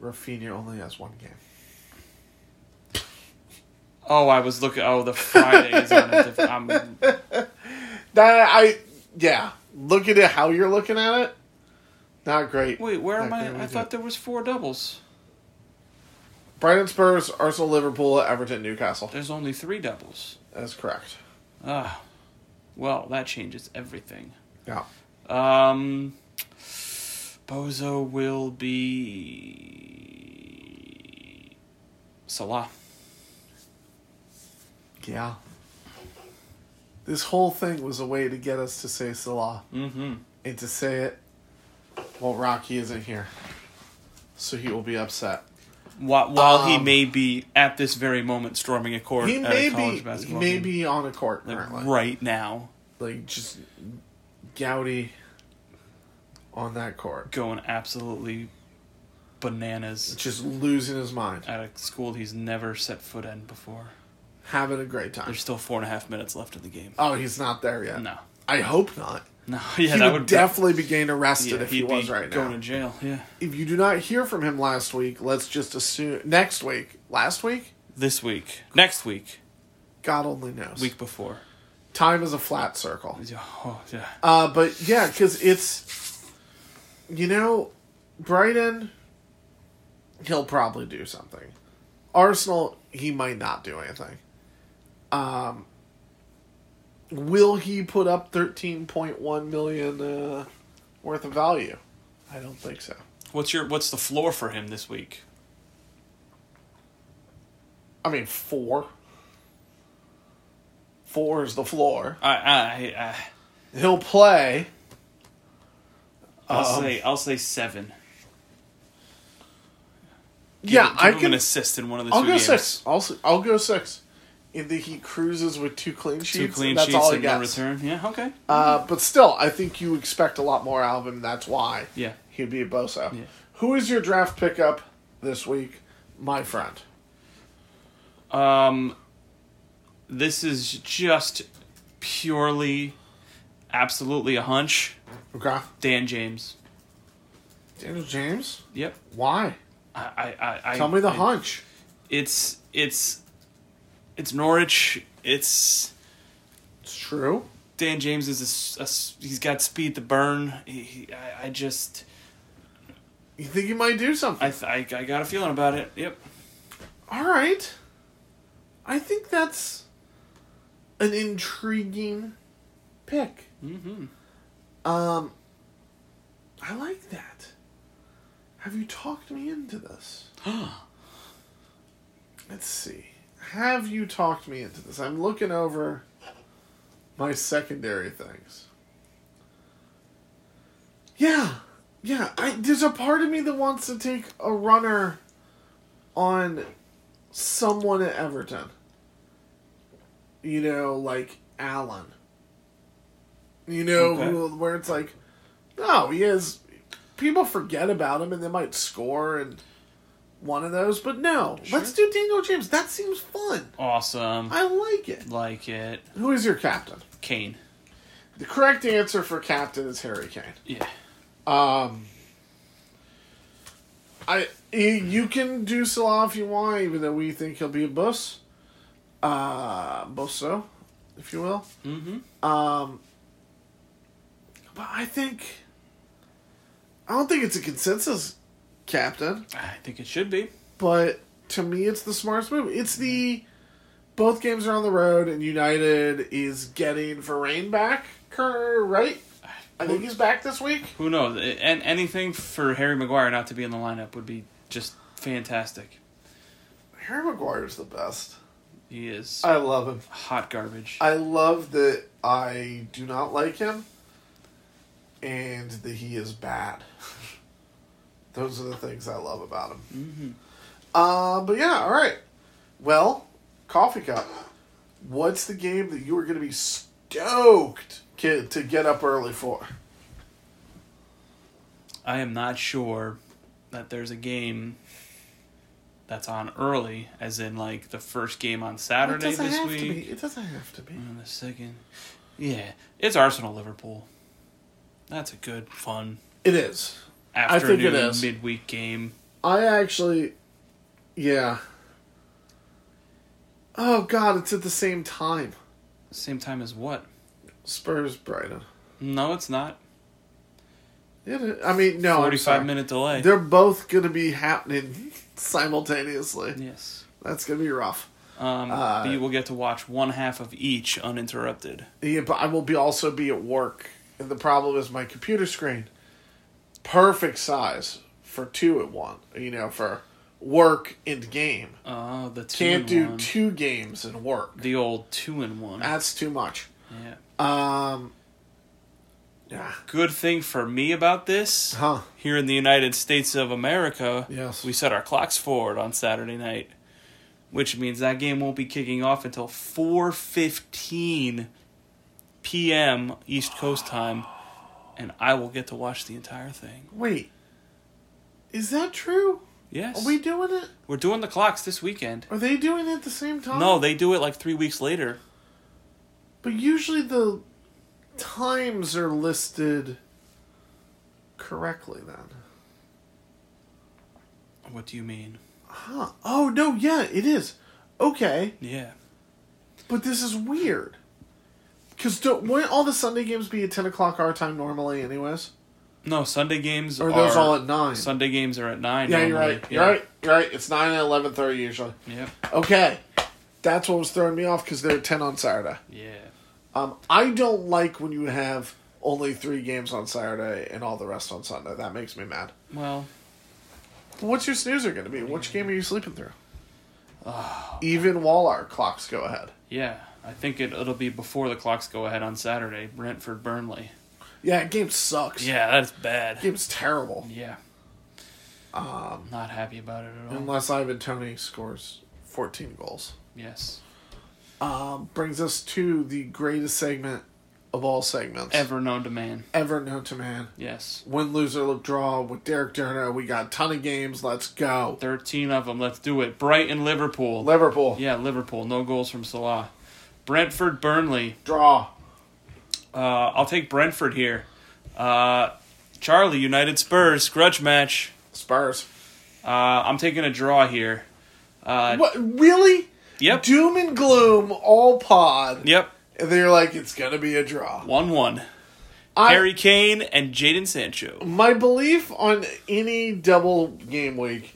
S1: Rafinha only has one game.
S2: Oh, I was looking. Oh, the Friday is on a different. I'm,
S1: That I yeah. Look at it how you're looking at it. Not great.
S2: wait, where am
S1: Not
S2: I?
S1: great
S2: I
S1: with
S2: thought
S1: it.
S2: there was four doubles.
S1: Brighton Spurs, Arsenal, Liverpool, Everton, Newcastle.
S2: There's only three doubles.
S1: That's correct.
S2: Ah, well, that changes everything.
S1: Yeah.
S2: Um, Bozo will be Salah.
S1: Yeah. This whole thing was a way to get us to say Salah
S2: Mm-hmm.
S1: and to say it while Rocky isn't here. So he will be upset.
S2: While, while he
S1: Um,
S2: may be at this very moment storming a court
S1: He
S2: at
S1: may
S2: a college
S1: be he
S2: basketball
S1: may
S2: game.
S1: be on a court
S2: Like,
S1: currently.
S2: right now,
S1: Like just gouty on that court.
S2: going absolutely bananas
S1: Just losing his mind.
S2: at a school he's never set foot in before.
S1: Having a great time.
S2: There's still four and a half minutes left in the game.
S1: Oh, he's not there yet.
S2: No,
S1: I hope not.
S2: no, yeah,
S1: he
S2: that
S1: would,
S2: would be-
S1: definitely be getting arrested
S2: yeah,
S1: if he
S2: he'd
S1: was
S2: be
S1: right
S2: going
S1: now.
S2: to jail. Yeah,
S1: If you do not hear from him last week, let's just assume next week. Last week,
S2: this week, next week,
S1: God only knows.
S2: week before.
S1: Time is a flat circle.
S2: Yeah, Oh, yeah.
S1: Uh, but yeah, because it's you know, Brighton, he'll probably do something. Arsenal, he might not do anything. Um, will he put up thirteen point one million uh, worth of value? I don't think so.
S2: What's your what's the floor for him this week?
S1: I mean, four. Four is the floor.
S2: I I, I
S1: He'll play.
S2: I'll
S1: Um,
S2: say I'll say seven. Give-
S1: yeah,
S2: give
S1: I
S2: him an
S1: can.
S2: assist in one of the
S1: I'll
S2: two
S1: go
S2: games.
S1: six. I'll s- I'll go six. And then he cruises with two clean
S2: Two
S1: sheets.
S2: clean
S1: and that's
S2: sheets
S1: all he
S2: and no
S1: gets.
S2: return. Yeah, okay.
S1: Uh, but still, I think you expect a lot more out of him. That's why
S2: Yeah.
S1: he'd be a Bosa.
S2: Yeah.
S1: Who is your draft pickup this week, my friend?
S2: Um, this is just purely, absolutely a hunch.
S1: Okay,
S2: Dan James.
S1: Daniel James.
S2: Yep.
S1: Why?
S2: I I I, I
S1: Tell me the
S2: I-
S1: hunch.
S2: It's it's it's Norwich. It's
S1: It's true.
S2: Dan James is a s- a s- he's got speed to burn. He, he I, I just.
S1: You think he might do something?
S2: I, th- I, I got a feeling about it. Yep.
S1: All right. I think that's an intriguing pick.
S2: Mm-hmm.
S1: Um, I like that. Have you talked me into this? Let's see. Have you talked me into this? I'm looking over my secondary things. Yeah, yeah. I, there's a part of me that wants to take a runner on someone at Everton. You know, like Allen. You know,
S2: Okay.
S1: who, where it's like, no, he is. People forget about him and they might score and one of those, but no.
S2: Sure.
S1: Let's do Daniel James. That seems fun.
S2: Awesome.
S1: I like it.
S2: like it.
S1: Who is your captain?
S2: Kane.
S1: The correct answer for captain is Harry Kane.
S2: Yeah.
S1: Um, I you you can do Salah if you want, even though we think he'll be a bus, uh, busso, if you will.
S2: Mm-hmm.
S1: Um, but I think I don't think it's a consensus captain,
S2: I think it should be.
S1: but to me, it's the smartest move. It's the both games are on the road, and United is getting Varane back. Cur right? I think he's back this week.
S2: Who knows? A- And anything for Harry Maguire not to be in the lineup would be just fantastic.
S1: Harry Maguire's the best.
S2: He is
S1: I love him.
S2: hot garbage.
S1: I love that I do not like him and that he is bad. Those are the things I love about him.
S2: mm-hmm.
S1: Uh, but yeah, all right. Well, coffee cup. What's the game that you are going to be stoked kid to get up early for?
S2: I am not sure that there's a game that's on early, as in like the first game on
S1: It
S2: Saturday
S1: doesn't
S2: this
S1: have
S2: week. Mm.
S1: to be. It doesn't have to be.
S2: And the second, yeah, it's Arsenal Liverpool. That's a good fun
S1: It is. I think it
S2: afternoon
S1: is.
S2: midweek game.
S1: I actually, yeah. Oh God, it's at the same time.
S2: Same time as what?
S1: Spurs Brighton.
S2: No, it's not.
S1: It is- I mean, no, I'm sorry.
S2: Forty-five minute delay.
S1: They're both gonna be happening simultaneously.
S2: yes.
S1: That's gonna be rough.
S2: Um,
S1: Uh,
S2: but you will get to watch one half of each uninterrupted.
S1: Yeah, but I will be also be at work, and the problem is my computer screen. Perfect size for two at one. You know, for work and game.
S2: Oh, the 2
S1: Can't
S2: and
S1: do
S2: one.
S1: two Ah. games and work.
S2: the old two and one.
S1: That's too much.
S2: yeah.
S1: Um. Yeah.
S2: Good thing for me about this.
S1: Huh.
S2: Here in the United States of America,
S1: Yes.
S2: we set our clocks forward on Saturday night, which means that game won't be kicking off until 4:15 p.m. East Coast time, and I will get to watch the entire thing.
S1: Wait. Is that true?
S2: Yes.
S1: Are we doing it?
S2: We're doing the clocks this weekend.
S1: Are they doing it at the same time?
S2: No, they do it like 3 weeks later.
S1: But usually the times are listed correctly then.
S2: What do you mean?
S1: Huh. Oh, no, yeah, it is. Okay.
S2: Yeah.
S1: But this is weird. Because wouldn't all the Sunday games be at 10 o'clock our time normally, anyways?
S2: No, Sunday games
S1: Or those
S2: are-
S1: all at 9?
S2: Sunday games are at 9.
S1: yeah, you're
S2: normally.
S1: right. You're right. You're right. It's 9 and 11.30 usually.
S2: Yep.
S1: Okay. That's what was throwing me off because they're at 10 on Saturday.
S2: Yeah.
S1: Um, I don't like when you have only three games on Saturday and all the rest on Sunday. That makes me mad.
S2: Well,
S1: What's your snoozer going to be? Which game are you sleeping through? Even while our clocks go ahead.
S2: Yeah, I think it, it'll be before the clocks go ahead on Saturday. Brentford Burnley.
S1: Yeah, game sucks.
S2: Yeah, that's bad.
S1: game's terrible.
S2: Yeah. Um, Not happy about it at all.
S1: Unless Ivan Tony scores fourteen goals,
S2: yes.
S1: um, brings us to the greatest segment of all segments
S2: Ever known to man.
S1: ever known to man.
S2: Yes.
S1: Win, lose, or draw with Derek Derner. We got a ton of games. Let's go.
S2: 13 of them. Let's do it. Brighton Liverpool.
S1: Liverpool
S2: yeah, Liverpool. No goals from Salah. Brentford Burnley.
S1: draw.
S2: Uh, I'll take Brentford here. Uh, Charlie United Spurs grudge match.
S1: Spurs.
S2: Uh, I'm taking a draw here. Uh,
S1: What really?
S2: Yep.
S1: Doom and gloom, all pod.
S2: Yep.
S1: And they're like, it's gonna be a draw.
S2: 1 1.
S1: I-
S2: Harry Kane and Jaden Sancho.
S1: My belief on any double game week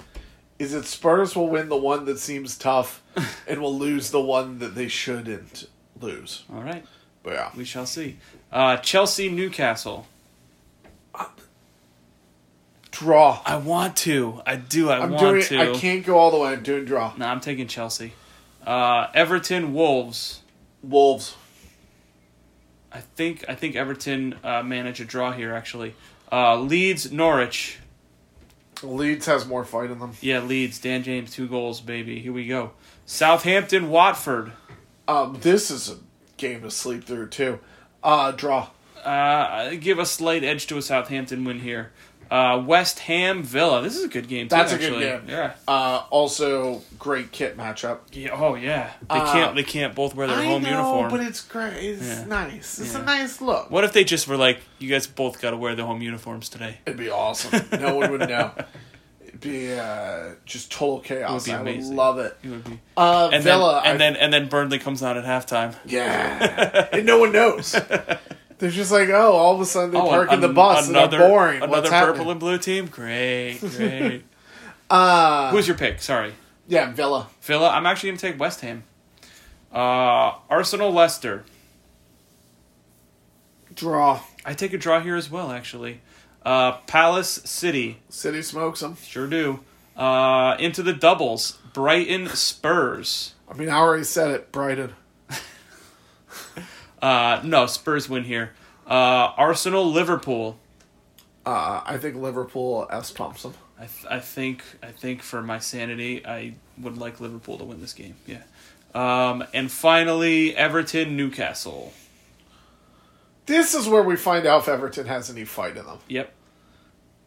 S1: is that Spurs will win the one that seems tough and will lose the one that they shouldn't lose.
S2: All right.
S1: But yeah.
S2: We shall see. Uh, Chelsea, Newcastle.
S1: Draw.
S2: I want to. I do. I
S1: I'm
S2: want
S1: doing
S2: to.
S1: I can't go all the way, I'm doing draw.
S2: No, I'm taking Chelsea. Uh, Everton, Wolves.
S1: Wolves.
S2: I think. I think Everton uh, manage a draw here. Actually, uh, Leeds, Norwich.
S1: Leeds has more fight in them.
S2: Yeah, Leeds. Dan James, two goals, baby. Here we go. Southampton, Watford.
S1: Um, this is a game to sleep through too. Uh draw.
S2: Uh, I give a slight edge to a Southampton win here. Uh, West Ham, Villa. This is a good game. Too,
S1: That's a good
S2: actually.
S1: game.
S2: Yeah.
S1: Uh also great kit matchup.
S2: yeah. Oh yeah. They
S1: Uh,
S2: can't. They can't both wear their
S1: I
S2: home
S1: know,
S2: uniform.
S1: but it's great. It's
S2: Yeah.
S1: nice. It's
S2: Yeah.
S1: a nice look.
S2: What if they just were like, you guys both got to wear the home uniforms today?
S1: It'd be awesome. No one would know. It'd be uh, just total chaos.
S2: It would
S1: I
S2: be
S1: would
S2: amazing.
S1: love it.
S2: It would be.
S1: Uh,
S2: And
S1: Villa,
S2: then and
S1: I-
S2: then and then Burnley comes on at halftime.
S1: yeah, and no one knows. They're just like, oh, all of a sudden they're parking
S2: an-
S1: the bus and they're boring.
S2: Another
S1: What's
S2: purple
S1: happening?
S2: and blue team. Great, great.
S1: Uh,
S2: Who's your pick? Sorry,
S1: yeah, Villa.
S2: Villa. I'm actually gonna take West Ham. Uh, Arsenal, Leicester.
S1: Draw.
S2: I take a draw here as well. Actually, uh, Palace, City.
S1: City smokes them.
S2: Sure do. Uh, into the doubles. Brighton, Spurs.
S1: I mean, I already said it. Brighton.
S2: Uh, no, Spurs win here. Uh, Arsenal, Liverpool.
S1: Uh, I think Liverpool S pumps them.
S2: I, th- I think I think for my sanity, I would like Liverpool to win this game. Yeah. Um, and finally, Everton, Newcastle.
S1: This is where we find out if Everton has any fight in them,
S2: Yep.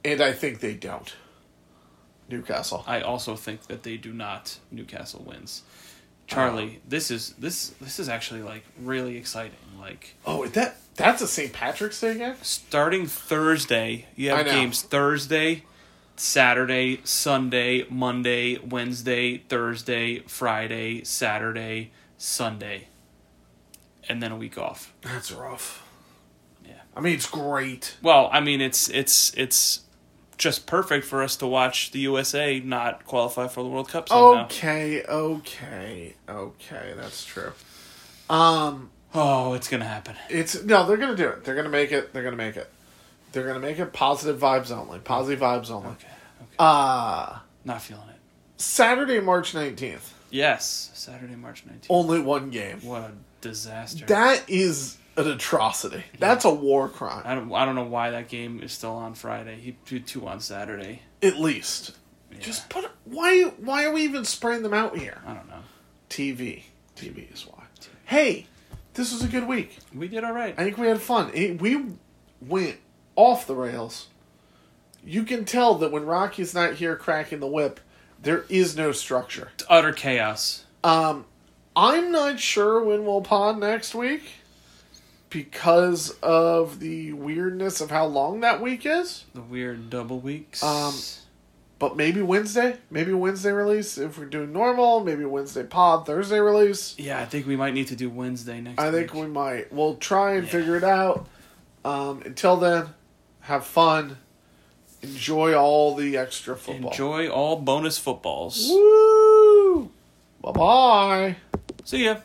S1: and I think they don't. Newcastle.
S2: I also think that they do not. Newcastle wins. Charlie, this is this this is actually like really exciting. Like
S1: Oh, is that that's a St. Patrick's Day game?
S2: starting Thursday, you
S1: I
S2: have
S1: know.
S2: games Thursday, Saturday, Sunday, Monday, Wednesday, Thursday, Friday, Saturday, Sunday, and then a week off.
S1: That's rough.
S2: Yeah.
S1: I mean, it's great.
S2: Well, I mean, it's it's it's just perfect for us to watch the USA not qualify for the World Cup somehow.
S1: Okay, okay, okay. That's true.
S2: Oh, it's gonna happen.
S1: It's no, they're gonna do it. They're gonna make it. They're gonna make it. They're gonna make it positive vibes only. Positive vibes only.
S2: Okay, okay.
S1: Uh
S2: not feeling it.
S1: Saturday, March nineteenth.
S2: Yes, Saturday, March nineteenth.
S1: Only one game.
S2: What a disaster.
S1: Oh, That is an atrocity. That's a war crime.
S2: I don't. I don't know why that game is still on Friday. He did two on Saturday.
S1: At least. Just put. Why? Why are we even spraying them out here?
S2: I don't know.
S1: TV. TV is why. Hey, this was a good week.
S2: We did all right.
S1: I think we had fun. It, we went off the rails. You can tell that when Rocky's not here cracking the whip, there is no structure. Um,
S2: Utter chaos.
S1: I'm not sure when we'll pod next week because of the weirdness of how long that week is.
S2: The weird double weeks.
S1: Um, But maybe Wednesday. Maybe Wednesday release if we're doing normal. Maybe Wednesday pod, Thursday release.
S2: Yeah, I think we might need to do Wednesday next.
S1: I think
S2: week.
S1: we might. We'll try and figure it out. Um, until then, have fun. Enjoy all the extra football.
S2: enjoy all bonus footballs.
S1: Woo! Bye bye.
S2: See ya.